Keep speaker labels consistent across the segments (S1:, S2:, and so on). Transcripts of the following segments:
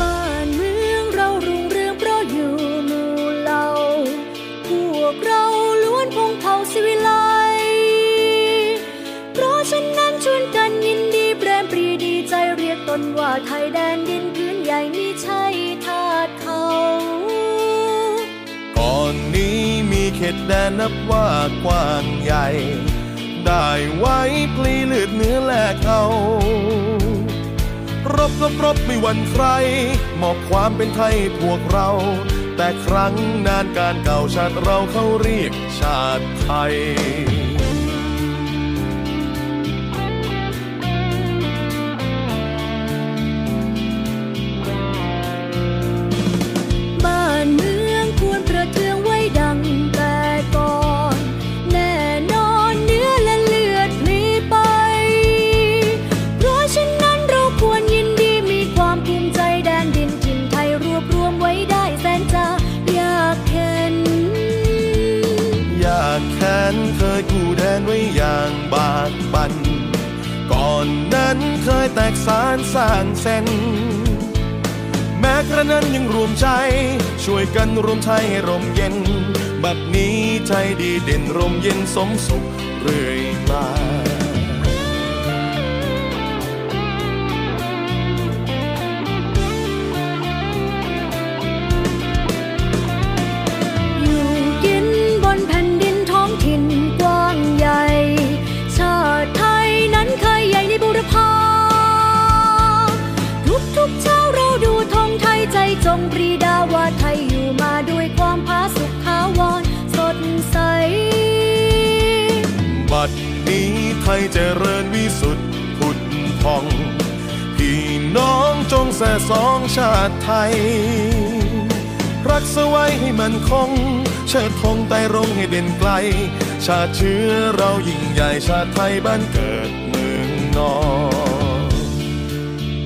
S1: บ้านเมืองเรารุ่งเรืองเพราะอยู่หมู่เหล่าพวกเราล้วนพงเผ่าสิวิไลย์เพราะฉะนั้นชวนกันยินดีแปรมปรีดีใจเรียกตนว่าไทยแดนดินพื้นใหญ่มิใช่ทาสเขา
S2: ก่อนนี้มีเขตแดนนับว่ากว้างใหญ่ ได้ไว้พลีเลือดเนื้อแลกเอารบรบรบไม่หวันใคร มอบความเป็นไทยให้พวกเรา แต่ครั้งนานการเก่าชาติเราเขาเรียกชาติไทย
S1: บ้านเมืองควรประเทืองไว้ดังแต่ก่อน แน่นอนเนื้อและเลือดพลีไป เพราะฉะนั้นเราควรยินดีมีความภูมิใจแดนดินถิ่นไทยรวบรวมไว้ได้แสนจะอยากเห็น
S2: อยากแค้นเคยกู้แดนไว้อย่างบากบั่นก่อนนั้นเคยแตกสารสร้างเส้น แม้กระนั้นยังรวมใจ ช่วยกันรวมไทยให้ร่มเย็น บัดนี้ไทยดีเด่นร่มเย็นสมสุขเรื่อยมา
S1: อยู่กินบนแผ่นดินท้องถิ่นกว้างใหญ่ ชาติไทยนั้นเคยใหญ่ในบุรพาทุกทุกๆเช้าเราดูธงไทยใจจงปรีดาว่าไทยอยู่มาด้วยความผาสุกขาวรสดใส
S2: บัดนี้ไทยเจริญวิสุทธิ์ผุดพอง พี่น้องจงแส่สองชาติไทย รักษาไว้ให้มันคง เชิดธงไต่รงให้เด่นไกล ชาติเชื้อเรายิ่งใหญ่ชาติไทยบ้านเกิดเมืองนอน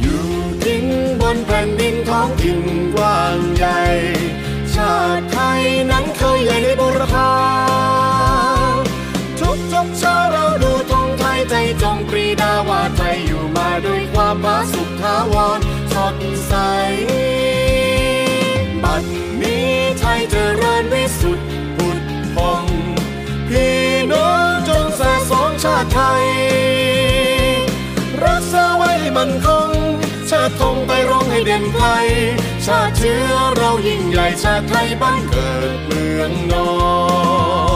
S2: อยู่กินบนแผ่นดินท้องถิ่นกว้างใหญ่ ชาติไทยนั้นเคยใหญ่ในบุรพาทุกทุกๆเชาเราดูธงไทยใจจงปรีดาว่าไทยอยู่มาด้วยความผาสุกทาวรสดใส บัดนี้ไทยเจริญวิสุทธิ์ผุดพอง พี่น้องจงสะสมชาติไทย รักษาไว้ให้มันคง ชาติธงไปร้องให้เด่นไกล ชาติเชื้อเรายิ่งใหญ่ชาติไทยบ้านเกิดเมืองนอน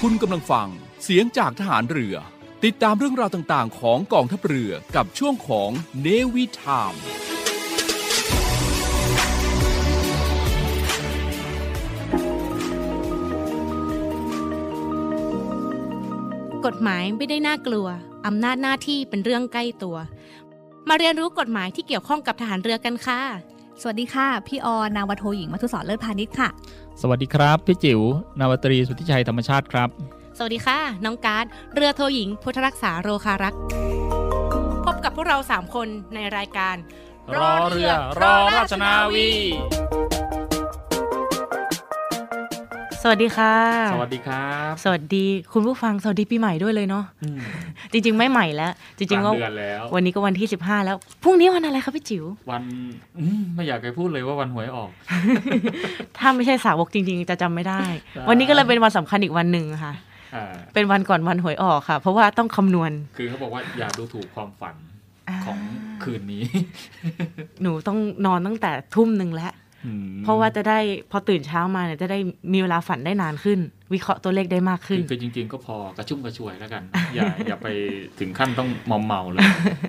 S3: คุณกำลังฟังเสียงจากทหารเรือ ติดตามเรื่องราวต่างๆ ของกองทัพเรือกับช่วงของเนวิทาม
S4: กฎหมายไม่ได้น่ากลัว อำนาจหน้าที่เป็นเรื่องใกล้ตัว มาเรียนรู้กฎหมายที่เกี่ยวข้องกับทหารเรือกันค่ะ
S5: สวัสดีค่ะ พี่ออนาวาโทหญิงมัทุสรเลิศพาณิชย์ค่ะ
S6: สวัสดีครับ พี่จิว๋วนาวาตรีสุทธิชัยธรรมชาติครับ
S4: สวัสดีค่ะ น้องการ์ดเรือโทหญิง พุทธรักษาโรคารักษ์พบกับพวกเรา 3 คนในรายการ
S7: สวัสดีค่ะ
S8: สวัสดีครับ
S7: สวัสดีคุณผู้ฟัง สวัสดีปีใหม่ด้วยเลยเนาะ
S8: อืม
S7: จริง ๆ ไม่ใหม่แล้ว จ
S8: ก
S7: ริง
S8: ลาง
S7: ๆก็
S8: เดือนแล้ว
S7: วันนี้ก็วันที่ 15 แล้ว พรุ่งนี้วันอะไรคะพี่จิ๋ว
S8: วันอืมไม่อยากไปพูดเลยว่าวันหวยออก
S7: ถ้าไม่ใช่สาวกจริง ๆ จะจำไม่ได้
S8: ได้
S7: วันนี้ก็เลยเป็นวันสำคัญอีกวันหนึ่งค่ะ
S8: อ่า
S7: เป็นวันก่อนวันหวยออกค่ะ เพราะว่าต้องคำนวณ
S8: คือเขาบอกว่าอย่าดูถูกความฝันของคืนนี้
S7: หนูต้องนอนตั้งแต่ทุ่มหนึ่งแล้ว
S8: อืม
S7: เพราะว่าจะได้พอตื่นเช้ามาเนี่ยจะได้มีเวลาฝันได้นานขึ้น วิเคราะห์ตัวเลขได้มากขึ้น
S8: คือจริง ๆ ก็พอกระชุ่มกระชวยแล้วกัน อย่าอย่าไปถึงขั้นต้องมอมเมาเลย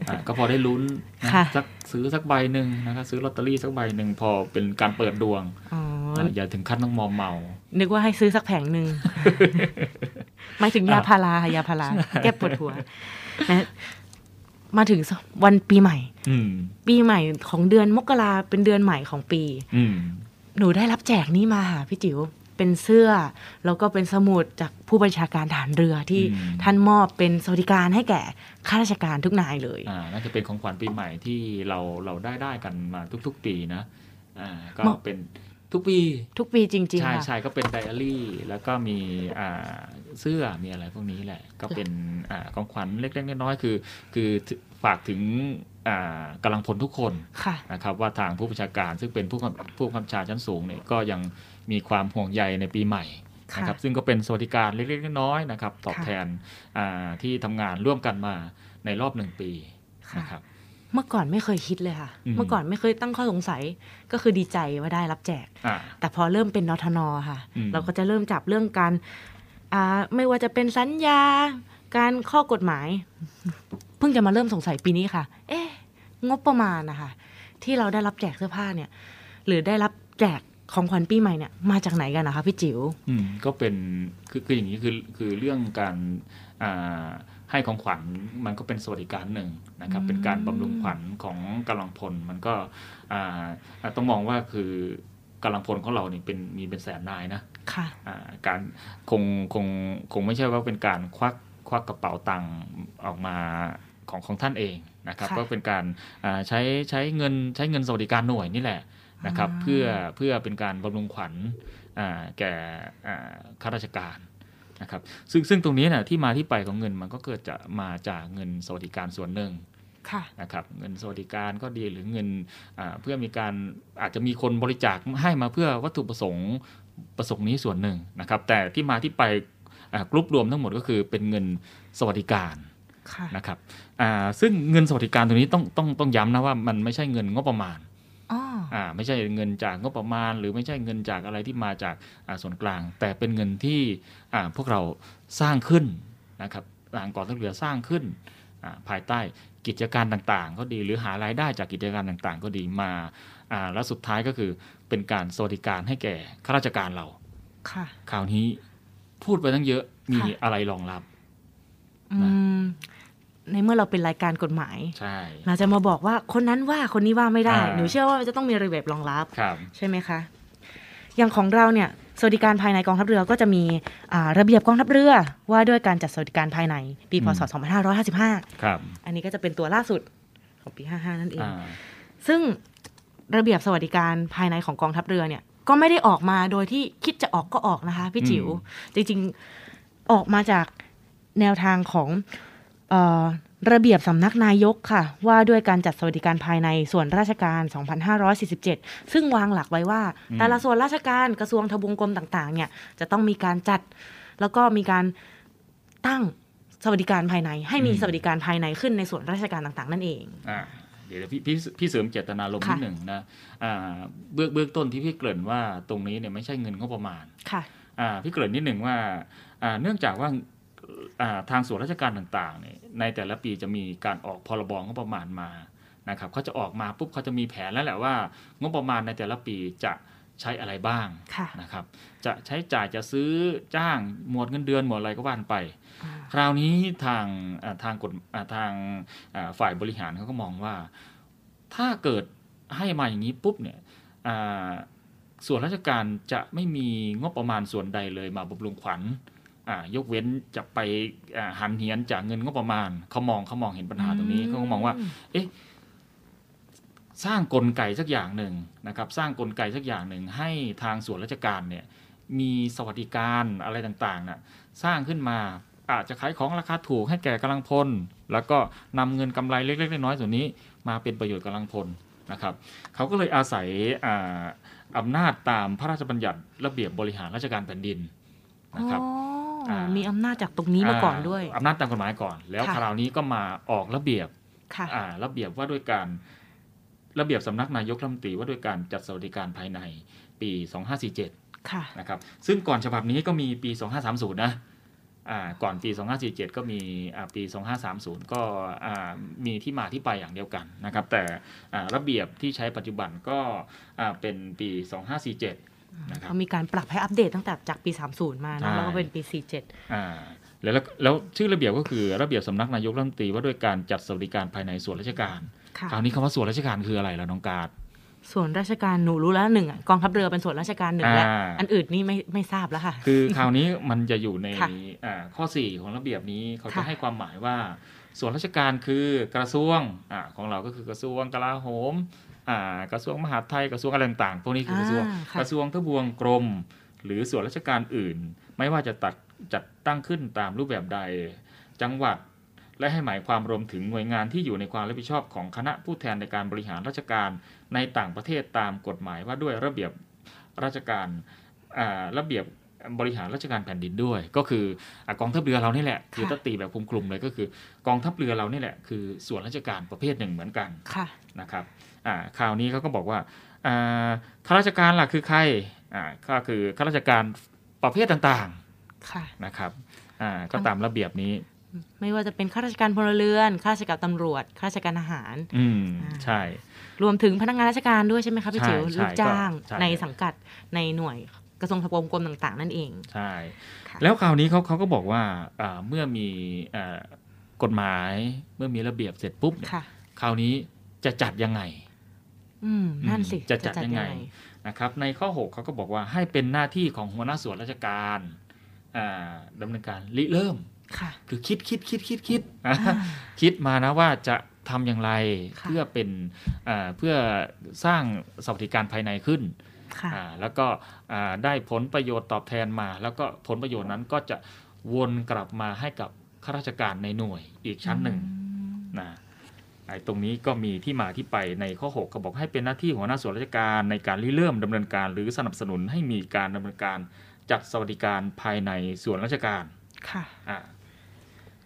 S8: อ่าก็พอได้ลุ้นนะ
S7: ค่ะ
S8: สักซื้อสักใบหนึ่งนะครับซื้อลอตเตอรี่สักใบหนึ่งพอเป็นการเปิดดวง
S7: อ๋อ
S8: อ่าอย่าถึงขั้นต้องมอมเมา
S7: นึกว่าให้ซื้อสักแผงห นึ่ง หมายถึงยา
S8: อ่ะ
S7: พาราค่ะยาพาราแก้ปวดหัวนะมาถึงวันปีใหม่
S8: อืม
S7: ปีใหม่ของเดือนมกราเป็นเดือนใหม่ของปี
S8: อืม
S7: หนูได้รับแจกนี้มาค่ะพี่จิ๋วเป็นเสื้อ แล้วก็เป็นสมุดจากผู้บัญชาการฐานเรือที่
S8: อืม
S7: ท่านมอบเป็นสวัสดิการให้แก่ข้าราชการทุกนายเลย
S8: อ่าน่าจะเป็นของขวัญปีใหม่ที่เราเราได้ได้กันมาทุกๆปีนะอ่าก็
S7: เหมาะ
S8: เป็นทุกปี
S7: ทุกปีจริง
S8: ใช่
S7: ๆค่ะ
S8: ใช่ก็เป็นไดอารี่ แล้วก็มีอ่าเสื้อมีอะไรพวกนี้แหละ ก็เป็นอ่าของขวัญเล็กๆน้อยๆคือ คือฝากถึงอ่ากำลังพลทุกคน
S7: ค่ะ
S8: นะครับว่าทางผู้ประชาการซึ่งเป็นผู้กำผู้กำกับชาชั้นสูงเนี่ยก็ยังมีความห่วงใยในปีใหม่
S7: ค่ะ
S8: นะครับซึ่งก็เป็นสวัสดิการเล็กๆน้อยๆนะครับตอบ
S7: ค่ะ
S8: แทนอ่าที่ทำงานร่วมกันมาในรอบหนึ่งปี
S7: ค่ะ
S8: นะครับ
S7: เมื่อก่อนไม่เคยคิดเลยค่ะ
S8: อืม
S7: เมื่อก่อนไม่เคยตั้งข้อสงสัยก็คือดีใจว่าได้รับแจก
S8: อ่า
S7: แต่พอเริ่มเป็นนทนค่ะ
S8: อืม
S7: เราก็จะเริ่มจับเรื่องการอ่าไม่ว่าจะเป็นสัญญา การข้อกฎหมาย เพิ่งจะมาเริ่มสงสัยปีนี้ค่ะ เอ๊ะ งบประมาณนะคะที่เราได้รับแจกเสื้อผ้าเนี่ย หรือได้รับแจกของขวัญปีใหม่เนี่ยมาจากไหนกันนะคะพี่จิ๋ว
S8: อืมก็เป็นคือคืออย่างนี้คือคือเรื่องการอ่าให้ของขวัญมันก็เป็นสวัสดิการหนึ่งนะครับ เป็นการบำรุงขวัญของกำลังพลมันก็อ่าอ่าต้องมองว่าคือกำลังพลของเราเนี่ยเป็นมีเป็นแสนนายนะ
S7: ค่ะ
S8: อ่าการคงคงคงไม่ใช่ว่าเป็นการควักควักกระเป๋าตังค์ออกมาของของท่านเองนะครับ
S7: ค่ะ
S8: ก็เป็นการอ่าใช้ใช้เงินใช้เงินสวัสดิการหน่วยนี่แหละ นะครับเพื่อเพื่อเป็นการบำรุงขวัญอ่าแก่อ่าข้าราชการนะครับซึ่งซึ่งตรงนี้นะที่มาที่ไปของเงินมันก็เกิดจะมาจากเงินสวัสดิการส่วนหนึ่ง
S7: ค่ะ
S8: นะครับเงินสวัสดิการก็ดีหรือเงินอ่าเพื่อมีการอาจจะมีคนบริจาคให้มาเพื่อวัตถุประสงค์ประสงค์นี้ส่วนหนึ่งนะครับแต่ที่มาที่ไปอ่ากรุ๊ปรวมทั้งหมดก็คือเป็นเงินสวัสดิการ
S7: ค่ะ
S8: นะครับอ่าซึ่งเงินสวัสดิการตรงนี้ต้องต้องต้องย้ำนะว่ามันไม่ใช่เงินงบประมาณ
S7: อ๋อ
S8: อ่าไม่ใช่เงินจากงบประมาณ หรือไม่ใช่เงินจากอะไรที่มาจากอ่าส่วนกลาง แต่เป็นเงินที่อ่าพวกเราสร้างขึ้นนะครับทางกองทัพเรือสร้างขึ้นอ่าภายใต้กิจการต่างๆ ก็ดีหรือหารายได้จากกิจการต่างๆ ก็ดีมาอ่าแล้วสุดท้ายก็คือเป็นการสวัสดิการให้แก่ข้าราชการเรา
S7: ค่ะ
S8: คราวนี้พูดไปตั้งเยอะมี
S7: ค่ะ
S8: อะไรรองรับ
S7: อืม ในเมื่อเราเป็นรายการกฎหมาย
S8: ใช่
S7: เราจะมาบอกว่าคนนั้นว่าคนนี้ว่าไม่ได้
S8: อ่า
S7: หนูเชื่อว่ามันจะต้องมีระเบียบรองรับ
S8: ครับ
S7: ใช่ไหมคะ อย่างของเราเนี่ย สวัสดิการภายในกองทัพเรือก็จะมีอ่าระเบียบกองทัพเรือว่าด้วยการจัดสวัสดิการภายในปีพศ 2555
S8: ครับ
S7: อันนี้ก็จะเป็นตัวล่าสุดของปี 55 นั่นเอง
S8: อ่า
S7: ซึ่งระเบียบสวัสดิการภายในของกองทัพเรือเนี่ย ก็ไม่ได้ออกมาโดยที่คิดจะออกก็ออกนะคะพี่จิว๋ว จริงๆออกมาจากแนวทางของเออระเบียบสำนักนายกค่ะ ว่าด้วยการจัดสวัสดิการภายในส่วนราชการ 2547 ซึ่งวางหลักไว้ว่า แต่ละส่วนราชการกระทรวงทบวงกรมต่างๆ เนี่ยจะต้องมีการจัด แล้วก็มีการตั้งสวัสดิการภายใน ให้มีสวัสดิการภายในขึ้นในส่วนราชการต่างๆ นั่นเอง
S8: อ่าเดี๋ยวพี่พี่พี่เสริมเจตนารมณ์นิ
S7: ค่ะ
S8: ดหนึ่งนะอ่าเบื้องเบื้องต้นที่พี่เกริ่นว่าตรงนี้เนี่ยไม่ใช่เงินงบประมาณ
S7: ค่ะ
S8: อ่าพี่เกริ่นนิดหนึ่งว่าอ่าเนื่องจากว่าอ่าทางส่วนราชการต่างๆเนี่ยในแต่ละปีจะมีการออกพรบงบประมาณมานะครับเขาจะออกมาปุ๊บเขาจะมีแผนแล้วแหละว่างบประมาณในแต่ละปีจะใช้อะไรบ้าง
S7: ค่ะ
S8: นะครับจะใช้จ่ายจะซื้อจ้างหมวดเงินเดือนหมวดอะไรก็ว่านไป คราวนี้ทางอ่าทางกฎอ่าทางอ่าฝ่ายบริหารเขาก็มองว่า ถ้าเกิดให้มาอย่างนี้ปุ๊บเนี่ยอ่าส่วนราชการจะไม่มีงบประมาณส่วนใดเลยมาบำรุงขวัญอ่ายกเว้นจะไปอ่าหันเหียนจากเงินงบประมาณเขามองเขามองเห็นปัญหาตรงนี้เขาก็มองว่า สร้างกลไกสักอย่างหนึ่งนะครับ สร้างกลไกสักอย่างหนึ่งให้ทางส่วนราชการเนี่ย มีสวัสดิการอะไรต่างๆน่ะสร้างขึ้นมาอาจจะขายของราคาถูกให้แก่กำลังพล แล้วก็นำเงินกำไรเล็กๆน้อยๆส่วนนี้ มาเป็นประโยชน์กำลังพลนะครับ เขาก็เลยอาศัยอ่าอำนาจตามพระราชบัญญัติระเบียบบริหารราชการแผ่นดินนะครับ
S7: อ๋อ
S8: อ่ามี
S7: มีอำนาจจากตรงนี้มาก่อนด้วย
S8: อำนาจตามกฎหมายก่อน แล้ว
S7: ค่ะ
S8: คราวนี้ก็มาออกระเบียบ
S7: ค่ะ
S8: อ่าระเบียบว่าด้วยการระเบียบสำนักนายกรัฐมนตรีว่าด้วยการจัดสวัสดิการภายในปี 2547
S7: ค่ะ
S8: นะครับซึ่งก่อนฉบับนี้ก็มีปี 2530 นะอ่าก่อนปี 2547 ก็มีอ่าปี 2530 ก็อ่ามีที่มาที่ไปอย่างเดียวกันนะครับแต่อ่าระเบียบที่ใช้ปัจจุบันก็อ่าเป็นปี 2547 นะครับ
S7: เขามีการปรับให้อัปเดตตั้งแต่จากปี 30 มา
S8: ใช่
S7: เนอะแล้วก็เป็นปี 47
S8: อ่าแล้วแล้วแล้วชื่อระเบียบก็คือระเบียบสำนักนายกรัฐมนตรีว่าด้วยการจัดสวัสดิการภายในส่วนราชการ
S7: ค่ะ
S8: คราวนี้คำว่าส่วนราชการคืออะไรล่ะน้อง การ์ด
S7: ส่วนราชการหนูรู้แล้วหนึ่งอ่ะกองทัพเรือเป็นส่วนราชการหนึ่ง
S8: อ่า
S7: แล้ว อันอื่นนี่ไม่ไม่ทราบแล้วค่ะ
S8: คือคราวนี้มันจะอยู่ใน
S7: ค่ะ
S8: อ่าข้อ 4 ของระเบียบนี้เขาจะ
S7: ค่ะ
S8: ให้ความหมายว่า ส่วนราชการคือกระทรวงอาของเราก็คือกระทรวงกลาโหมอ่ากระทรวงมหาดไทยกระทรวงอะไรต่างๆพวกนี้คือกระทรวง
S7: อ่าค่ะ
S8: กระทรวงทบวงกรม หรือส่วนราชการอื่น ไม่ว่าจะตัดจัดตั้งขึ้นตามรูปแบบใดจังหวัด และให้หมายความรวมถึงหน่วยงานที่อยู่ในความรับผิดชอบของคณะผู้แทนในการบริหารราชการในต่างประเทศตามกฎหมายว่าด้วยระเบียบราชการอ่าระเบียบบริหารราชการแผ่นดินด้วย ก็คืออ่ะกองทัพเรือเรานี่แหละคือ
S7: ค่ะ
S8: ถ้าตีแบบคลุมๆเลยก็คือกองทัพเรือเรานี่แหละคือส่วนราชการประเภทหนึ่งเหมือนกัน
S7: ค่ะ
S8: นะครับอ่าคราวนี้เขาก็บอกว่าอ่าข้าราชการหลักคือใครอ่าก็คือข้าราชการประเภทต่าง
S7: ค่ะ
S8: ๆนะครับอ่าก็ตามระเบียบนี้
S7: ไม่ว่าจะเป็นข้าราชการพลเรือนข้าราชการตำรวจข้าราชการอาหาร
S8: อืม
S7: อ่า
S8: ใช่
S7: รวมถึงพนักงานราชการด้วยใช่ไหมคะพี่
S8: ใช่
S7: จิ๋ว
S8: ใช่
S7: ลูกจ้าง
S8: ก็ใช่
S7: ในสังกัดในหน่วยกระทรวงทบวงกรมต่าง ๆ นั่นเอง
S8: ใช่
S7: ค่ะ
S8: แล้วคราวนี้เขาเขาก็บอกว่าอ่าเมื่อมีอ่ากฎหมายเมื่อมีระเบียบเสร็จปุ๊บเนี่ย
S7: ค่ะ
S8: คราวนี้จะจัดยังไง
S7: อืมนั่นสิ
S8: อืมจะจัดยังไง นะครับในข้อ 6เขาก็บอกว่าให้เป็นหน้าที่ของหัวหน้าส่วนราชการอ่าดำเนินการริเริ่ม
S7: ค่ะ
S8: คือคิดคิดคิดคิดคิดอ่ะ คิดมานะว่าจะทำอย่างไร
S7: ค่ะ
S8: เพื่อเป็นอ่าเพื่อสร้างสวัสดิการภายในขึ้น
S7: ค่ะ
S8: อ่าแล้วก็อ่าได้ผลประโยชน์ตอบแทนมา แล้วก็ผลประโยชน์นั้นก็จะวนกลับมาให้กับข้าราชการในหน่วยอีกชั้นหนึ่งนะไอ้ตรงนี้ก็มีที่มาที่ไปในข้อ6ก็บอกให้เป็นหน้าที่หัวหน้าส่วนราชการในการริเริ่มดำเนินการหรือสนับสนุนให้มีการดำเนินการจัดสวัสดิการภายในส่วนราชการ
S7: ค่ะ
S8: อ่ะ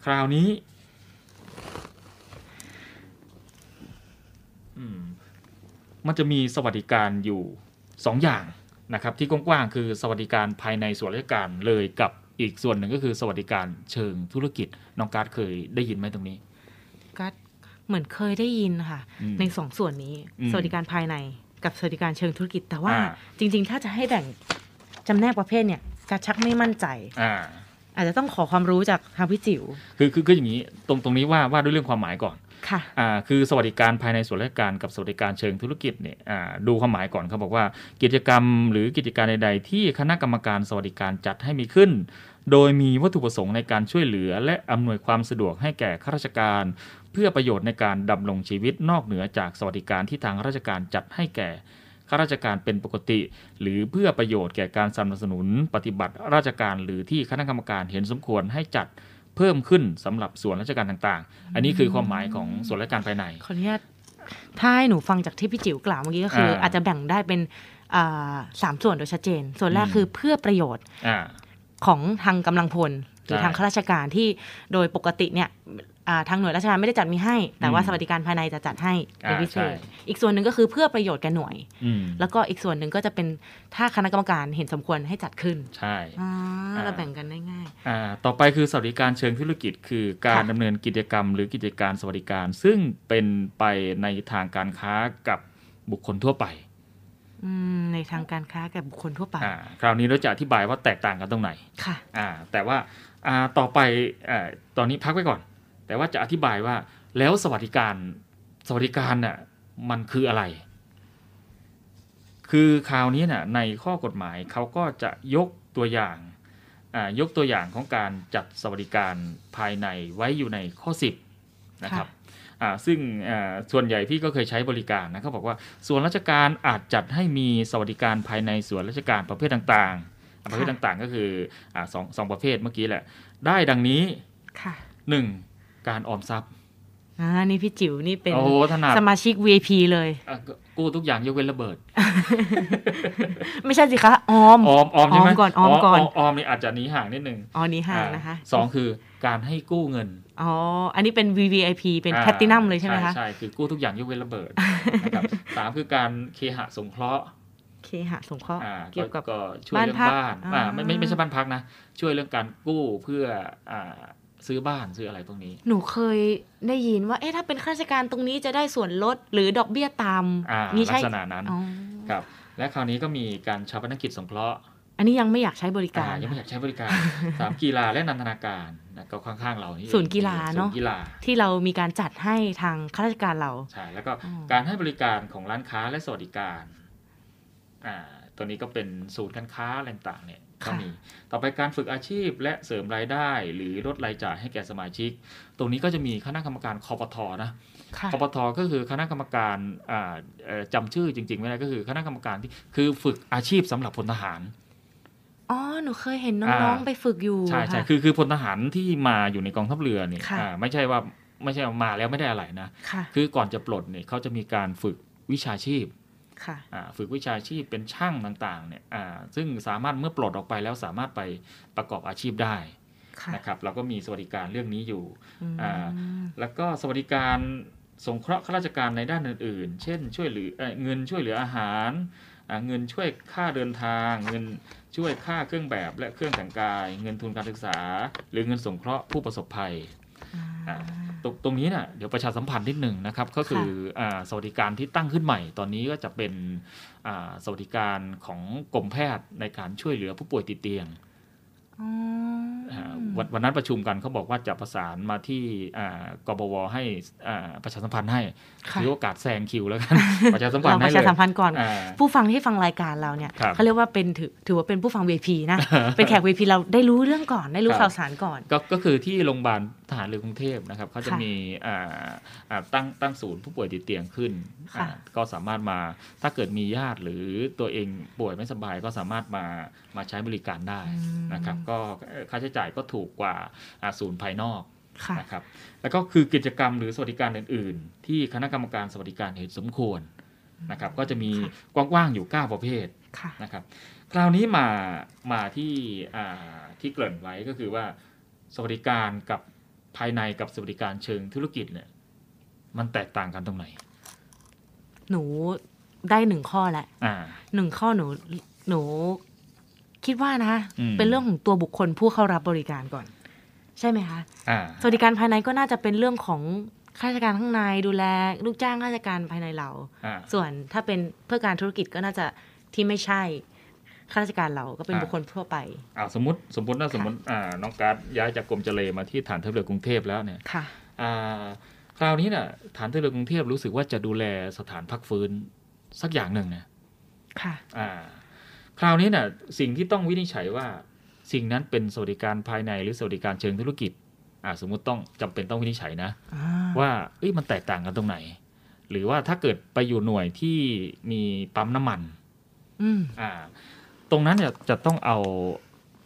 S8: คราวนี้อืมมันจะมีสวัสดิการอยู่สองอย่างนะครับ ที่กว้างๆคือสวัสดิการภายในส่วนราชการเลยกับอีกส่วนหนึ่งก็คือสวัสดิการเชิงธุรกิจน้องการ์ดเคยได้ยินไหมตรงนี้
S7: ก็เหมือนเคยได้ยินค่ะ
S8: อืม
S7: ในสองส่วนนี้
S8: อืม
S7: สวัสดิการภายในกับสวัสดิการเชิงธุรกิจแต่ว่า
S8: อ่า
S7: จริง ๆ ถ้าจะให้แบ่งจำแนกประเภทเนี่ยจะชักไม่มั่นใจ
S8: อ่า
S7: อาจจะต้องขอความรู้จากทางพี่จิ๋ว
S8: คือคือคืออย่างนี้ตรงตรงนี้ว่าว่าด้วยเรื่องความหมายก่อน
S7: ค่ะ
S8: อ่าคือสวัสดิการภายในส่วนราชการกับสวัสดิการเชิงธุรกิจเนี่ยอ่าดูความหมายก่อนเขาบอกว่ากิจกรรมหรือกิจการใด ๆ ที่คณะกรรมการสวัสดิการจัดให้มีขึ้น โดยมีวัตถุประสงค์ในการช่วยเหลือ และอำนวยความสะดวกให้แก่ข้าราชการ เพื่อประโยชน์ในการดำรงชีวิตนอกเหนือจากสวัสดิการที่ทางราชการจัดให้แก่ข้าราชการเป็นปกติ หรือเพื่อประโยชน์แก่การสนับสนุนปฏิบัติราชการหรือที่คณะกรรมการเห็นสมควรให้จัดเพิ่มขึ้นสำหรับส่วนราชการต่างๆ อันนี้คือความหมายของส่วนราชการภายใน
S7: ขออนุญาตถ้าให้หนูฟังจากที่พี่จิ๋วกล่าวเมื่อกี้ก็คืออา อาจจะแบ่งได้เป็นอ่าสามส่วนโดยชัดเจน ส่วนแรกคือเพื่อประโยชน์
S8: อ่า
S7: ของทางกำลังพลหรือ
S8: ใช่
S7: ทางข้าราชการที่โดยปกติเนี่ยอ่าทางหน่วยราชการไม่ได้จัดมีให้ แต่ว่า
S8: อืม
S7: สวัสดิการภายในจะจัดให้เป็น
S8: อ่า
S7: พิเศษ
S8: ใช่
S7: อีกส่วนหนึ่งก็คือเพื่อประโยชน์แก่หน่วย
S8: อืม
S7: แล้วก็อีกส่วนหนึ่งก็จะเป็นถ้าคณะกรรมการเห็นสมควรให้จัดขึ้น
S8: ใช่
S7: อ่า
S8: อ่า
S7: เราแบ่งกันได้ง่าย
S8: อ่าต่อไปคือสวัสดิการเชิงธุรกิจ คือการ
S7: ค่ะ
S8: ดำเนินกิจกรรม หรือกิจการสวัสดิการ ซึ่งเป็นไปในทางการค้ากับบุคคลทั่วไป
S7: อืมในทางการค้ากับบุคคลทั่วไป
S8: อ่าคราวนี้เราจะอธิบายว่าแตกต่างกันตรงไหน
S7: ค่ะ
S8: อ่าแต่ว่าอ่าต่อไปอาตอนนี้พักไว้ก่อน แต่ว่าจะอธิบายว่าแล้วสวัสดิการสวัสดิการน่ะมันคืออะไร คือคราวนี้น่ะในข้อกฎหมายเขาก็จะยกตัวอย่างอ่ายกตัวอย่างของการจัดสวัสดิการภายในไว้อยู่ในข้อ 10นะครับอ่าซึ่งอ่าส่วนใหญ่พี่ก็เคยใช้บริการนะเขาบอกว่าส่วนราชการอาจจัดให้มีสวัสดิการภายในส่วนราชการประเภทต่าง ประเภทต่างๆ ก็คืออาสองสองประเภทเมื่อกี้แหละ ได้ดังนี้
S7: ค่ะ
S8: หนึ่งการออมทรัพย์
S7: อ่านี่พี่จิ๋วนี่เป็น
S8: โอ้โหถนัด
S7: สมาชิก VIP เลย
S8: อ่ะกู้ทุกอย่างยกเว้นระเบิด
S7: ไม่ใช่สิคะ ออม
S8: ออมออมใช่ไหม
S7: ออมก่อนออมก่อน
S8: ออมนี่อาจจะหนี้ห่างนิดนึง
S7: อ๋อนี่ห่างนะคะ
S8: อ่าสองคือการให้กู้เงิน
S7: อ๋อ อันนี้เป็น VVIP เป็น
S8: อ่า
S7: แพลตินัมเลยใช่ไหมคะ
S8: ใช่คือกู้ทุกอย่างยกเว้นระเบิดนะครับสามคือการเคหะสงเคราะห์
S7: เคหะสงเคราะห์
S8: อ่า
S7: เกี่ยวกับ
S8: ช่วยเรื่องบ้าน
S7: บ้านพัก
S8: อ่าไม่ไม่
S7: อ่า
S8: ไม่ใช่บ้านพักนะ ช่วยเรื่องการกู้เพื่ออ่าซื้อบ้านซื้ออะไรพวกนี้
S7: หนูเคยได้ยินว่า เอ๊ะ ถ้าเป็นข้าราชการตรงนี้จะได้ส่วนลดหรือดอกเบี้ยตาม
S8: อ่า
S7: นี่
S8: ลั
S7: ใช่
S8: กษณะนั้น
S7: อ๋อ
S8: ครับและคราวนี้ก็มีการชาปนกิจสงเคราะห์
S7: อันนี้ยังไม่อยากใช้บริการ
S8: อ่ายังไม่อยากใช้บริการ สามกีฬาและนันทนาการนะก็ข้างๆเรานี่เอง
S7: ศูนย์กีฬาเนอะ
S8: ศูย์กีฬา
S7: ที่เรามีการจัดให้ทางข้าราชการเรา
S8: ใช่แล้วก็
S7: อ๋อ
S8: การให้บริการของร้านค้าและสวัสดิการอ่าตัวนี้ก็เป็นศูนย์การค้าอะไรต่างๆเนี่ยก็มีต่อไปการฝึกอาชีพและเสริมรายได้ หรือลดรายจ่ายให้แก่สมาชิก ตรงนี้ก็จะมีคณะกรรมการคอปทนะ
S7: ค่ะ
S8: คปทก็คือคณะกรรมการอ่าเอ่อจำชื่อจริงๆไม่ได้ก็คือคณะกรรมการที่คือฝึกอาชีพสำหรับพลทหาร
S7: อ๋อ หนูเคยเห็นน้อง
S8: อ่า
S7: ๆ ไปฝึกอยู่
S8: ใช่ใช่
S7: ค่ะ
S8: คือคือพลทหารที่มาอยู่ในกองทัพเรือเนี่ย
S7: ค่ะ
S8: อ่าไม่ใช่ว่าไม่ใช่ว่ามาแล้วไม่ได้อะไรนะ
S7: ค่ะ
S8: คือก่อนจะปลดเนี่ยเขาจะมีการฝึกวิชาชีพ
S7: ค่ะ
S8: อ่าฝึกวิชาชีพเป็นช่างต่างๆเนี่ยอ่าซึ่งสามารถเมื่อปลดออกไปแล้วสามารถไปประกอบอาชีพได้
S7: ค่ะ
S8: นะครับเราก็มีสวัสดิการเรื่องนี้อยู่
S7: อืม
S8: อ่า แล้วก็สวัสดิการสงเคราะห์ข้าราชการในด้านอื่นๆ เช่น ช่วยเหลือเอ่อเงินช่วยเหลืออาหารอ่าเงินช่วยค่าเดินทาง เงินช่วยค่าเครื่องแบบและเครื่องแต่งกาย เงินทุนการศึกษา หรือเงินสงเคราะห์ผู้ประสบภัย
S7: อ่า
S8: ตรงตรงนี้น่ะเดี๋ยวประชาสัมพันธ์นิดหนึ่งนะครับ ก็คืออ่าสวัสดิการที่ตั้งขึ้นใหม่ ตอนนี้ก็จะเป็นอ่าสวัสดิการของกรมแพทย์ในการช่วยเหลือผู้ป่วยติดเตียง
S7: อ๋ออ
S8: อ่าวันวันนั้นประชุมกันเขาบอกว่าจะประสานมาที่อ่ากบวให้อ่าประชาสัมพันธ์ให้
S7: ค่ะ
S8: ถือโอกาสแซงคิวแล้ว กัน ประชาสัมพัน
S7: เรา
S8: ธ์
S7: ป
S8: ให้
S7: ระ
S8: เล
S7: ชาย สัมพันธ์ก่อน
S8: อ่า
S7: ผู้ฟังที่ฟังรายการเราเนี่ย
S8: ครับ
S7: เขาเรียกว่าเป็นถือถือว่าเป็นผู้ฟัง VIP นะ เป็นแขก VIP เราได้รู้เรื่องก่อนได้รู้
S8: ครับ
S7: ข่าวสารก่อน
S8: ก็ก็คือที่โรงพยาบาลทหารเรือกรุงเทพนะครับเขาจะ
S7: ค่ะ
S8: มีอ่าอ่าตั้งตั้งศูนย์ผู้ป่วยติดเตียงขึ้น
S7: ค่ะ
S8: อ่าก็สามารถมาถ้าเกิดมีญาติหรือตัวเองป่วยไม่สบายก็สามารถมามาใช้บริการได้นะครับก็เอ่อค่าใช้จ่ายก็ถูกกว่าอ่าศูนย์ภายนอก
S7: ค่ะ
S8: นะครับแล้วก็คือกิจกรรมหรือสวัสดิการอื่น ๆ ที่คณะกรรมการสวัสดิการเห็นสมควรนะครับก็จะมี
S7: ค่ะ
S8: กว้างๆอยู่ 9 ประเภท
S7: ค่ะ
S8: นะครับคราวนี้มามาที่อ่าที่เกริ่นไว้ก็คือว่าสวัสดิการกับภายในกับสวัสดิการเชิงธุรกิจเนี่ยมันแตกต่างกันตรงไหน
S7: หนูได้หนึ่งข้อแหละ
S8: อ่า
S7: หนึ่งข้อหนูหนูคิดว่านะคะ
S8: อืม
S7: เป็นเรื่องของตัวบุคคลผู้เข้ารับบริการก่อน ใช่ไหมคะ
S8: อ่า
S7: สวัสดิการภายในก็น่าจะเป็นเรื่องของข้าราชการข้างในดูแลลูกจ้างข้าราชการภายในเรา
S8: อ่า
S7: ส่วนถ้าเป็นเพื่อการธุรกิจก็น่าจะที่ไม่ใช่ข้าราชการเราก็เป็น
S8: อ่า
S7: บุคคลทั่วไป
S8: อ่าสมมติสมมตินะสมมติอ่าน้องการดย้ายจากกรมเจเลมาที่ฐานทัพเรือกรุงเทพแล้วเนี่ย
S7: ค่ะ
S8: อ่าคราวนี้น่ะฐานทัพเรือกรุงเทพรู้สึกว่าจะดูแลสถานพักฟื้นสักอย่างหนึ่งนะ
S7: ค่ะ
S8: อ่า คราวนี้น่ะสิ่งที่ต้องวินิจฉัยว่า สิ่งนั้นเป็นสวัสดิการภายในหรือสวัสดิการเชิงธุรกิจอ่าสมมุติต้องจำเป็นต้องวินิจฉัยนะ ว่าเอ้ยมันแตกต่างกันตรงไหน หรือว่าถ้าเกิดไปอยู่หน่วยที่มีปั๊มน้ำมัน
S7: อืม
S8: อ่าตรงนั้นเนี่ยจะต้องเอา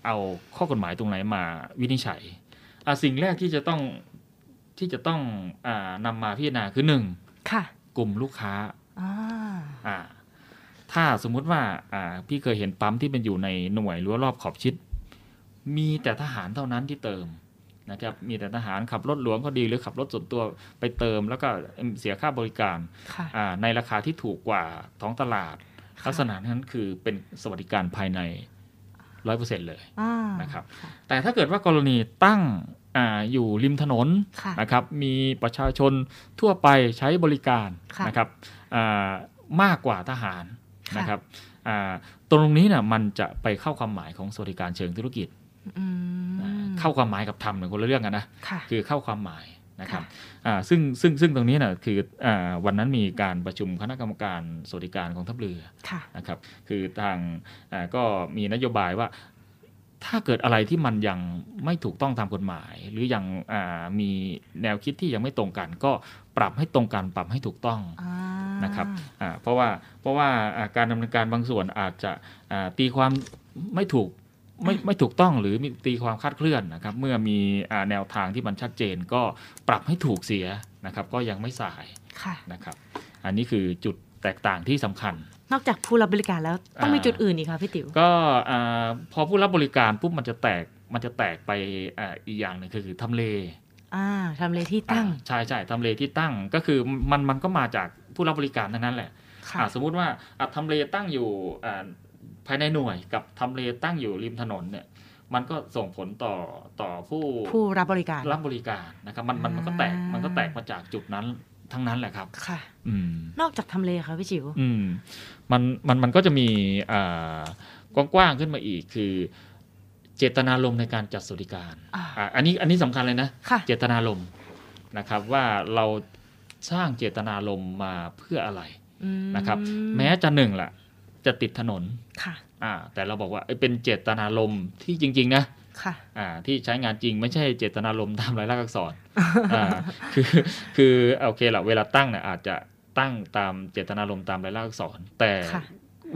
S8: เอาข้อกฎหมายตรงไหนมาวินิจฉัยอ่าสิ่งแรกที่จะต้องที่จะต้องอานำมาพิจารณาคือหนึ่ง
S7: ค่ะ
S8: กลุ่มลูกค้า
S7: อ่า
S8: อ่า ถ้าสมมุติว่า อ่า พี่เคยเห็นปั๊มที่เป็นอยู่ในหน่วยรั้วรอบขอบชิด มีแต่ทหารเท่านั้นที่เติมนะครับ มีแต่ทหารขับรถหลวงก็ดีหรือขับรถส่วนตัวไปเติม แล้วก็เสียค่าบริการ
S7: ค่ะ
S8: อ่า ในราคาที่ถูกกว่าท้องตลาด ลักษณะนั้นคือเป็นสวัสดิการภายในร้อยเปอร์เซ็นเลย
S7: อ่า
S8: นะครับ แต่ถ้าเกิดว่ากรณีตั้งอาอยู่ริมถนน
S7: ค่ะ
S8: นะครับ มีประชาชนทั่วไปใช้บริการ
S7: ค่ะ
S8: นะครับอ่ามากกว่าทหาร
S7: ค่ะ
S8: นะครับอ่าตรงนี้นะมันจะไปเข้าความหมายของสวัสดิการเชิงธุรกิจ
S7: อื
S8: อ่าม เข้าความหมายกับธรรมเนี่ยคนละเรื่องกันนะ
S7: ค่ะ
S8: คือเข้าความหมายนะครับ
S7: ค่ะ
S8: อ่าซึ่งซึ่งซึ่งตรงนี้นะคืออาวันนั้นมีการประชุมคณะกรรมการสวัสดิการของทัพเรือ
S7: ค่ะ
S8: นะครับคือทางอ่าก็มีนโยบายว่าถ้าเกิดอะไรที่มันยังไม่ถูกต้องตามกฎหมาย หรือยังอ่ามีแนวคิดที่ยังไม่ตรงกัน ก็ปรับให้ตรงกันปรับให้ถูกต้อง
S7: อ่า
S8: นะครับอ่าเพราะว่าเพราะว่าอ่าการดำเนินการบางส่วนอาจจะอ่าตีความไม่ถูก ไม่ไม่ถูกต้องหรือมีตีความคาดเคลื่อนนะครับ เมื่อมีอ่าแนวทางที่มันชัดเจนก็ปรับให้ถูกเสียนะครับ ก็ยังไม่สาย
S7: ค่ะ
S8: นะครับ อันนี้คือจุดแตกต่างที่สำคัญ
S7: นอกจากผู้รับบริการแล้วต้องมี
S8: อ่า
S7: จุดอื่นอีกค่ะพี่ติ๋ว
S8: ก็อ่าพอผู้รับบริการปุ๊บมันจะแตกมันจะแตกไปอ่าอีกอย่างหนึ่งคือคือทำเล
S7: อ่าทำเลที่ตั้ง
S8: อ่าใช่ใช่ทำเลที่ตั้งก็คือมันมันก็มาจากผู้รับบริการทั้งนั้นแหละ
S7: ค่ะ
S8: อ่าสมมุติว่าอ่ะทำเลตั้งอยู่อ่าภายในหน่วยกับทำเลตั้งอยู่ริมถนนเนี่ยมันก็ส่งผลต่อต่อผู้
S7: ผู้รับบริการ
S8: รับบริการนะครับมันมันมันก็แตกมันก็แตกมาจากจุดนั้นทั้งนั้นแหละครับ
S7: ค่ะ
S8: อืม
S7: นอกจากทำเลค่ะพี่จิ๋ว
S8: อืมมันมันมันก็จะมีอ่ากว้างๆขึ้นมาอีกคือ เจตนารมณ์ในการจัดสวัสดิการ
S7: อ่า
S8: อ่ะอันนี้อันนี้สำคัญเลยนะ
S7: ค่ะ
S8: เจตนารมณ์นะครับว่าเราสร้างเจตนารมณ์มาเพื่ออะไรนะครับ แม้จะหนึ่งละจะติดถนน
S7: ค่ะ
S8: อ่าแต่เราบอกว่าเอ้ยเป็นเจตนารมณ์ที่จริง ๆ นะ
S7: ค่ะ
S8: อ่าที่ใช้งานจริงไม่ใช่เจตนารมณ์ตามรายลักษณ์อักษร อ่า คือคือโอเคละเวลาตั้งเนี่ยอาจจะตั้งตามเจตนารมณ์ตามรายลักษณ์อักษร แต่
S7: ค่ะ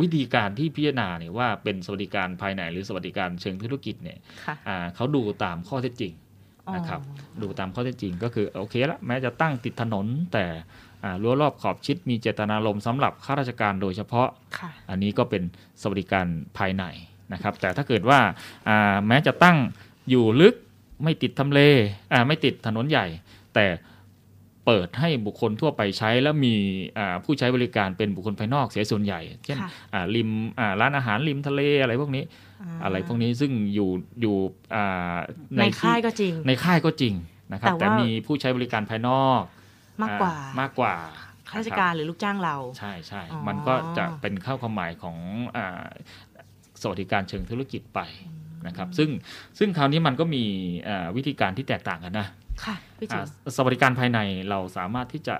S8: วิธีการที่พิจารณาเนี่ยว่าเป็นสวัสดิการภายในหรือสวัสดิการเชิงธุรกิจเนี่ย
S7: ค่ะ
S8: อ่าเขาดูตามข้อเท็จจริง
S7: อ๋อ
S8: นะครับดูตามข้อเท็จจริงก็คือโอเคละแม้จะตั้งติดถนน แต่อ่ารั้วรอบขอบชิดมีเจตนารมณ์สำหรับข้าราชการโดยเฉพาะ
S7: ค่ะ
S8: อันนี้ก็เป็นสวัสดิการภายในนะครับ แต่ถ้าเกิดว่าอ่าแม้จะตั้งอยู่ลึกไม่ติดทำเลอ่าไม่ติดถนนใหญ่ แต่เปิดให้บุคคลทั่วไปใช้ แล้วมีอ่าผู้ใช้บริการเป็นบุคคลภายนอกเสียส่วนใหญ่ เช่น
S7: ค่ะ
S8: อ่าริมอ่าร้านอาหารริมทะเลอะไรพวกนี้ อะไรพวกนี้ซึ่งอยู่อยู่อ่า
S7: ใน
S8: ที่
S7: ค่ายก็จริง
S8: ในค่ายก็จริงนะครับ
S7: แต่ว่า
S8: แต่มีผู้ใช้บริการภายนอก
S7: มากกว่า
S8: อ่มากกว่า
S7: ข้าราช
S8: นะคบ
S7: การหรือลูกจ้างเรา
S8: ใช่ใช่
S7: อ๋อ
S8: มันก็จะเป็นข้าวความหมายของอาสวัสดิการเชิงธุรกิจไปนะครับ ซึ่งซึ่งคราวนี้มันก็มีอ่าวิธีการที่แตกต่างกันนะ
S7: ค่ะพี่จิ๋ว
S8: อ่าสวัสดิการภายในเราสามารถที่จะ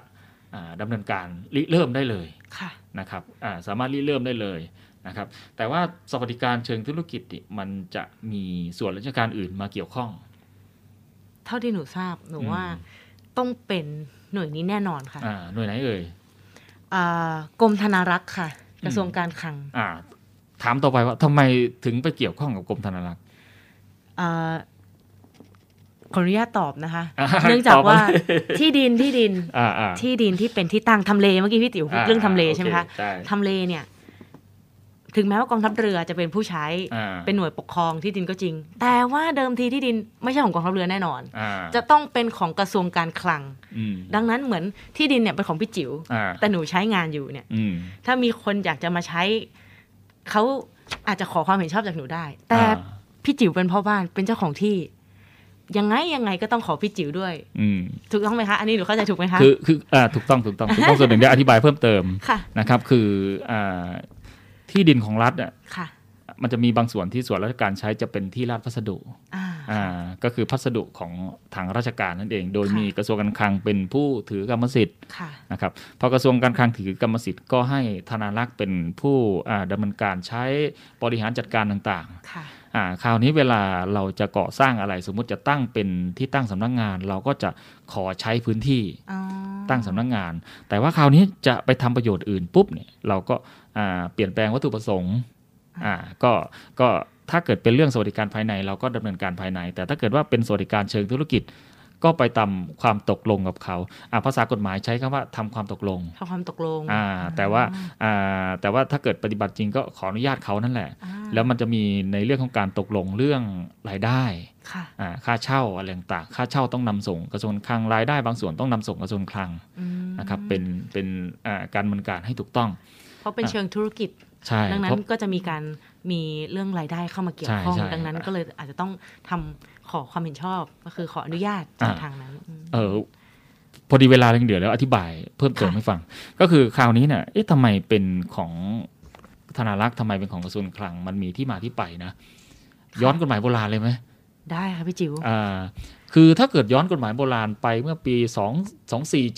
S8: อ่าดำาเนินการริเริ่มได้เลย
S7: ค่ะ
S8: นะครับอ่าสามารถริเริ่มได้เลยนะครับ แต่ว่าสวัสดิการเชิงธุรกิจนี่มันจะมีส่วนราชการอื่นมาเกี่ยวข้อง
S7: เท่าที่หนูทราบหนู
S8: อืม
S7: ว่าต้องเป็นหน่วยนี้แน่นอนค่ะ
S8: อ่าหน่วยไหนเอ่ย
S7: อ่ากรมธนารักษ์ค่ะ กระทรวงการคลัง
S8: อ่า ถามต่อไปว่าทำไมถึงไปเกี่ยวข้องกับกรมธนารักษ์
S7: อ่าขออนุญาตตอบนะคะ
S8: อ่า
S7: เนื่องจาก
S8: ตอบมา
S7: ว่า
S8: เลย
S7: ที่ดินที่ดิน
S8: อ่าอ่า
S7: ที่ดินที่เป็นที่ตั้งทำเลเมื่อกี้พี่ติ๋วพูดเรื่องทำเลใช่ไหมคะ
S8: ใช่
S7: ทำเลเนี่ย ถึงแม้ว่ากองทัพเรือจะเป็นผู้ใช้
S8: อ่า
S7: เป็นหน่วยปกครองที่ดินก็จริง แต่ว่าเดิมทีที่ดินไม่ใช่ของกองทัพเรือแน่นอน
S8: อ่า
S7: จะต้องเป็นของกระทรวงการคลัง
S8: อืม
S7: ดังนั้นเหมือนที่ดินเนี่ยเป็นของพี่จิ๋ว
S8: อ่า
S7: แต่หนูใช้งานอยู่เนี่ย
S8: อืม
S7: ถ้ามีคนอยากจะมาใช้เขาอาจจะขอความเห็นชอบจากหนูได้ แต่
S8: อ่า
S7: พี่จิ๋วเป็นพ่อบ้านเป็นเจ้าของที่ ยังไงยังไงก็ต้องขอพี่จิ๋วด้วย
S8: อืม
S7: ถูกต้องไหมคะ อันนี้หนูเข้าใจถูกไหมคะ
S8: คือคืออ่าถูกต้องถูกต้องถูกต้องส่วนหนึ่งเดี๋ยวอธิบายเพิ่มเติม
S7: ค่ะ
S8: นะครับ คืออ่าที่ดินของรัฐอ่ะ
S7: ค่ะ
S8: มันจะมีบางส่วนที่ส่วนราชการใช้จะเป็นที่ราชพัสดุ
S7: อ่า
S8: อ่าก็คือพัสดุของทางราชการนั่นเอง โดย
S7: ค่ะ
S8: มีกระทรวงการคลังเป็นผู้ถือกรรมสิทธิ์
S7: ค่ะ
S8: นะครับพอกระทรวงการคลังถือกรรมสิทธิ์ก็ให้ธนารักษ์เป็นผู้อ่าดำเนินการใช้บริหารจัดการต่างๆ
S7: ค่ะ
S8: อ่าคราวนี้เวลาเราจะก่อสร้างอะไร สมมุติจะตั้งเป็นที่ตั้งสำนักงาน เราก็จะขอใช้พื้นที่
S7: อ๋อ
S8: ตั้งสำนักงาน แต่ว่าคราวนี้จะไปทำประโยชน์อื่นปุ๊บเนี่ยเราก็อ่าเปลี่ยนแปลงวัตถุประสงค์อ่าก็ก็ถ้าเกิดเป็นเรื่องสวัสดิการภายใน เราก็ดำเนินการภายใน แต่ถ้าเกิดว่าเป็นสวัสดิการเชิงธุรกิจ ก็ไปตามความตกลงกับเขาอ่าภาษากฎหมายใช้คำว่าทำความตกลง
S7: ทำความตกลง
S8: อ่าแต่ว่าอ่าแต่ว่าถ้าเกิดปฏิบัติจริงก็ขออนุญาตเขานั่นแหละ
S7: อ่า
S8: แล้วมันจะมีในเรื่องของการตกลงเรื่องรายได้
S7: ค่ะ
S8: อ่าค่าเช่าอะไรต่างๆค่าเช่าต้องนำส่งกระทรวงคลังรายได้บางส่วนต้องนำส่งกระทรวงคลัง
S7: อืม
S8: นะครับเป็นเป็นอ่าการดำเนินการให้ถูกต้อง
S7: เพราะเป็นเชิงธุรกิจ
S8: ใช่
S7: ดังนั้
S8: เพราะ
S7: นก็จะมีการมีเรื่องรายได้เข้ามาเกี่ยว
S8: ใช่
S7: ข้อง
S8: ใช่
S7: ดังนั้นก็เลยอาจจะต้องทำขอความเห็นชอบก็คือขออนุญาตจาก
S8: อ่า
S7: ทางนั้นอืม
S8: เออพอดีเวลายังเหลือแล้วอธิบายเพิ่มเติม
S7: ค่ะ
S8: ให้ฟัง ก็คือคราวนี้เนี่ยเอ๊ะทำไมเป็นของธนารักษ์ทำไมเป็นของกระทรวงคลัง มันมีที่มาที่ไปนะ ย้อนกฎหมายโบราณเลยไหม
S7: ได้ค่ะพี่จิ๋ว
S8: อ่าคือถ้าเกิดย้อนกฎหมายโบราณไปเมื่อปี2 2 4 7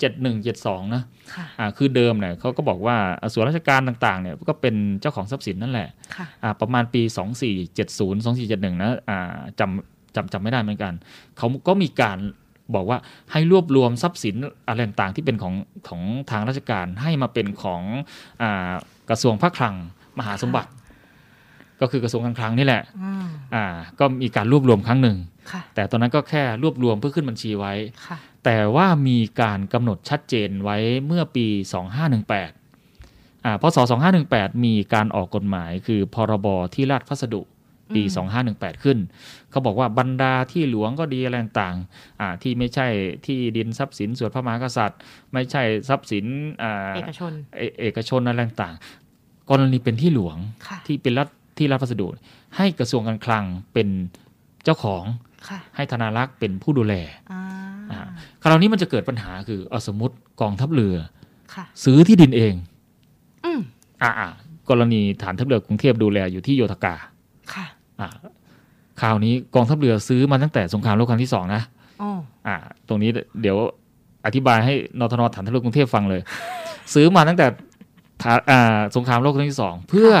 S8: 7 1 7 2นะ
S7: ค่ะ
S8: อ่าคือเดิมเนี่ยเขาก็บอกว่าอ่าส่วนราชการต่างๆเนี่ยก็เป็นเจ้าของทรัพย์สินนั่นแหละ
S7: ค่ะ
S8: อ่าประมาณปี 2470 2471นะอ่าจำจำจำไม่ได้เหมือนกันเขาก็มีการบอกว่าให้รวบรวมทรัพย์สินอะไรต่างๆที่เป็นของของทางราชการให้มาเป็นของอากระทรวงพระคลังมหาสมบัติ ก็คือกระทรวงการคลังนี่แหละ
S7: อืม
S8: อ่า ก็มีการรวบรวมครั้งหนึ่ง
S7: ค่ะ
S8: แต่ตอนนั้นก็แค่รวบรวมเพื่อขึ้นบัญชีไว้
S7: ค่ะ
S8: แต่ว่ามีการกำหนดชัดเจนไว้เมื่อปี 2518อ่าพศ 2518 มีการออกกฎหมายคือพรบที่ราชพัสดุปี
S7: อืม
S8: 2518 ขึ้น เขาบอกว่าบรรดาที่หลวงก็ดีอะไรต่างๆอ่าที่ไม่ใช่ที่ดินทรัพย์สินส่วนพระมหากษัตริย์ ไม่ใช่ทรัพย์สินอ่า
S7: เอกชน
S8: เอเอกชนอะไรต่างๆกรณีเป็นที่หลวง
S7: ค่ะ
S8: ที่เป็นรัฐที่รัฐพัสดุ ให้กระทรวงการคลังเป็นเจ้าของ
S7: ค่ะ
S8: ให้ธนารักษ์เป็นผู้ดูแล
S7: อ่า
S8: อ่า คราวนี้มันจะเกิดปัญหาคือเอาสมมติกองทัพเรือ
S7: ค่ะ
S8: ซื้อที่ดินเอง
S7: อืม
S8: อ่าอ่ากรณีฐานทัพเรือกรุงเทพดูแลอยู่ที่โยธกา
S7: ค่ะ
S8: อ่าคราวนี้กองทัพเรือซื้อมาตั้งแต่สงครามโลกครั้งที่สองนะ
S7: โอ้
S8: อ่า ตรงนี้เดี๋ยวอธิบายให้นทนฐานทัพเรือกรุงเทพฟังเลย ซื้อมาตั้งแต่ฐานอ่าสงครามโลกครั้งที่สองเพื่อ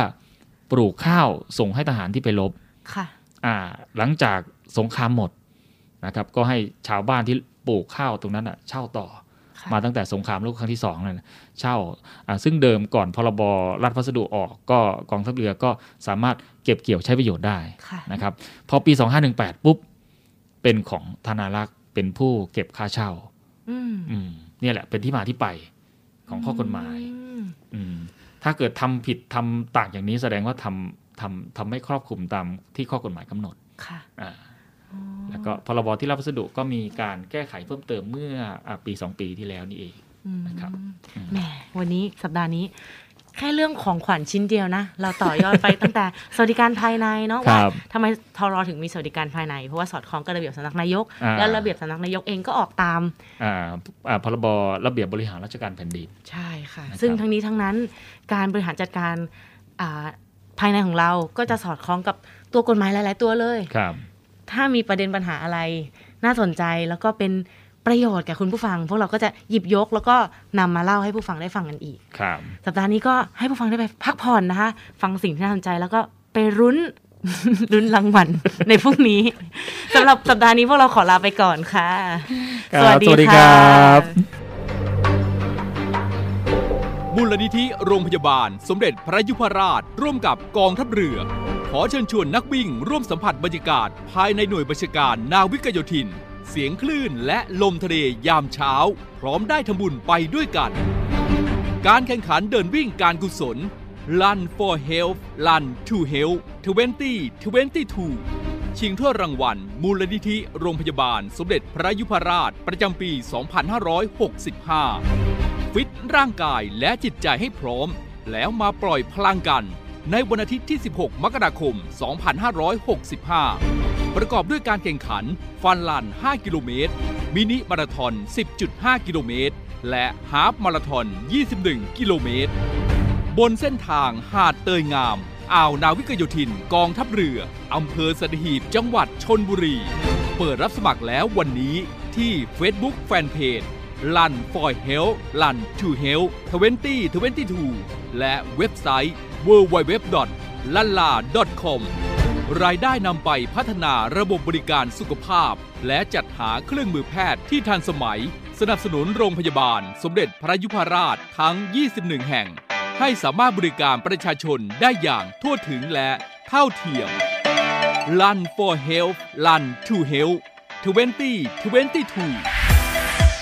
S8: ปลูกข้าวส่งให้ทหารที่ไปรบ
S7: ค่ะ
S8: อ่าหลังจากสงครามหมดนะครับก็ให้ชาวบ้านที่ปลูกข้าวตรงนั้นอ่ะเช่าต่อ
S7: ค่ะ
S8: มาตั้งแต่สงครามโลกครั้งที่สองนั่นน่ะเช่าอ่าซึ่งเดิมก่อนพรบรัฐพัสดุออกก็กองทัพเรือก็สามารถเก็บเกี่ยวใช้ประโยชน์ได้
S7: ค่ะ
S8: นะครับพอปี 2518 ปุ๊บ เป็นของธนารักษ์เป็นผู้เก็บค่าเช่า
S7: อืม
S8: อืมเนี่ยแหละเป็นที่มาที่ไปของข้อกฎหมาย
S7: อืม
S8: อืมถ้าเกิดทำผิดทำต่างอย่างนี้แสดงว่าทำทำทำไม่ครอบคลุมตามที่ข้อกฎหมายกำหนด
S7: ค่ะ
S8: อ่าแล้วก็พรบที่รับพัสดุก็มีการแก้ไขเพิ่มเติมเมื่ออ่าปี 2 ปีที่แล้วนี่เอง
S7: อืม
S8: นะครับ
S7: แหมวันนี้สัปดาห์นี้ แค่เรื่องของขวัญชิ้นเดียวนะ เราต่อยอด ไป ตั้งแต่สวัสดิการภายในเนาะ
S8: ค
S7: ว่า
S8: รับ
S7: ทำไมทรถึงมีสวัสดิการภายใน เพราะว่าสอดคล้องกับระเบียบสำนักนายก
S8: อ่า
S7: และระเบียบสำนักนายกเองก็ออกตาม
S8: อ่าอ่าพรบระเบียบบริหารราชการแผ่นดิน
S7: ใช่ค่ะ
S8: นะครับ
S7: ซึ่งทั้งนี้ทั้งนั้นการบริหารจัดการอ่าภายในของเราก็จะสอดคล้องกับตัวกฎหมายหลาย ๆ ตัวเลย
S8: ครับ
S7: ถ้ามีประเด็นปัญหาอะไร น่าสนใจแล้วก็เป็นประโยชน์แก่คุณผู้ฟัง พวกเราก็จะหยิบยกแล้วก็นำมาเล่าให้ผู้ฟังได้ฟังกันอีก
S8: ครับ
S7: สัปดาห์นี้ก็ให้ผู้ฟังได้ไปพักผ่อนนะคะ ฟังสิ่งที่น่าสนใจแล้วก็ไปรุ้น รุ้นรางวัล ในพรุ่งนี้สำหรับสัปดาห์นี้พวกเราขอลาไปก่อนค่ะ
S8: ครับสวัสดีครับ
S3: มูลนิธิโรงพยาบาลสมเด็จพระยุพราช ร่วมกับกองทัพเรือ ขอเชิญชวนนักวิ่ง ร่วมสัมผัสบรรยากาศ ภายในหน่วยบัญชาการนาวิกโยธิน เสียงคลื่นและลมทะเลยามเช้า พร้อมได้ทำบุญไปด้วยกัน การแข่งขันเดินวิ่งการกุศล Run for Health Run to Health 2022 ชิงถ้วยรางวัล มูลนิธิโรงพยาบาลสมเด็จพระยุพราช ประจำปี 2565 ฟิตร่างกายและจิตใจให้พร้อม แล้วมาปล่อยพลังกัน ในวันอาทิตย์ที่ 16 มกราคม 2565 ประกอบด้วยการแข่งขัน ฟันลัน 5 กิโลเมตร มินิมาราทอน 10.5 กิโลเมตร และฮาฟมาราทอน 21 กิโลเมตร บนเส้นทางหาดเตยงาม อ่าวนาวิกโยธิน กองทัพเรือ อำเภอสัตหีบ จังหวัดชนบุรี เปิดรับสมัครแล้ววันนี้ที่ Facebook Fanpage ลัน for health ลัน to health 2022 และเว็บไซต์ www. l a l a com รายได้นำไปพัฒนาระบบบริการสุขภาพ และจัดหาเครื่องมือแพทย์ที่ทันสมัย สนับสนุนโรงพยาบาล สมเด็จพระยุพราชทั้ง 21 แห่ง ให้สามารถบริการประชาชนได้อย่างทั่วถึงและเท่าเทียม Run for Health Run to Health 2022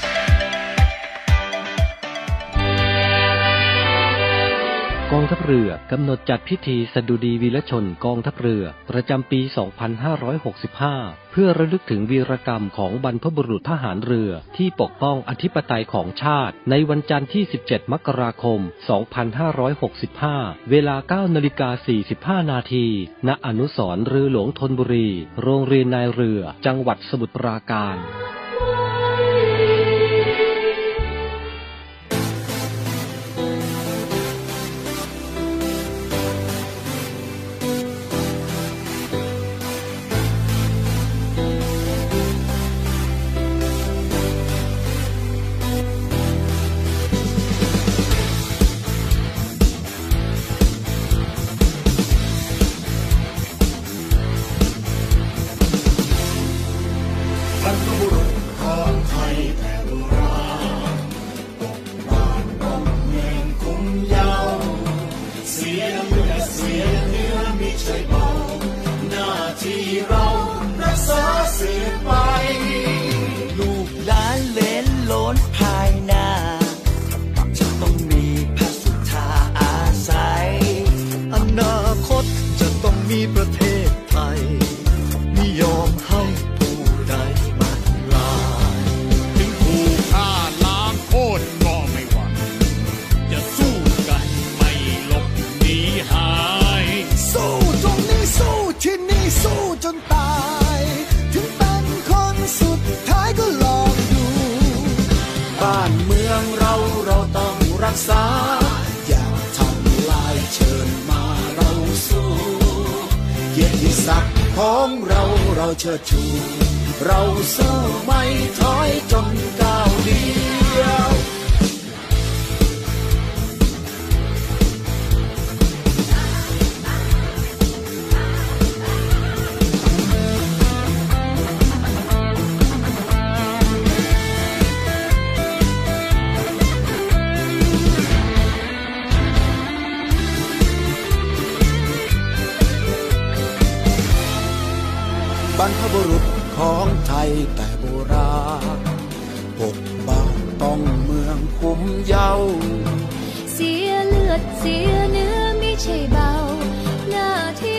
S9: กองทัพเรือกำหนดจัดพิธีสดุดีวีรชนกองทัพเรือ ประจำปี 2565 เพื่อระลึกถึงวีรกรรมของบรรพบุรุษทหารเรือที่ปกป้องอธิปไตยของชาติ ในวันจันทร์ที่ 17 มกราคม 2565 เวลา 9นาฬิกา45 นาที ณ อนุสรณ์เรือหลวงธนบุรี โรงเรียนนายเรือ จังหวัดสมุทรปราการ
S10: บรรพบุรุษ
S2: ที่เรารักษาสืบไป
S10: ลูกหลานเหลนโหลนภายหน้า จะต้องมีพระสุธาอาศัย อนาคตจะต้องมีประเทศไทยไม่ยอมให้ผู้ใดมาทำลาย
S11: ถึงถูกฆ่าล้างโคตรก็ไม่หวั่นจะสู้กันไม่หลบหนีหาย
S10: สู้ตรงนี้สู้ที่นี่สู้จนตาย ถึงเป็นคนสุดท้ายก็ลองดู
S2: บ้านเมืองเราเราต้องรักษา อย่าทำลายเชิญมาเราสู้เกียรติศักดิ์ของเราเราเชิดชู เราสู้ไม่ถอยจนก้าวเดียว บรรพบุรุษของไทยแต่โบราณปกป้องต้องเมืองคุ้มเยา
S1: เสียเลือดเสียเนื้อไม่ใช่เบา หน้าที่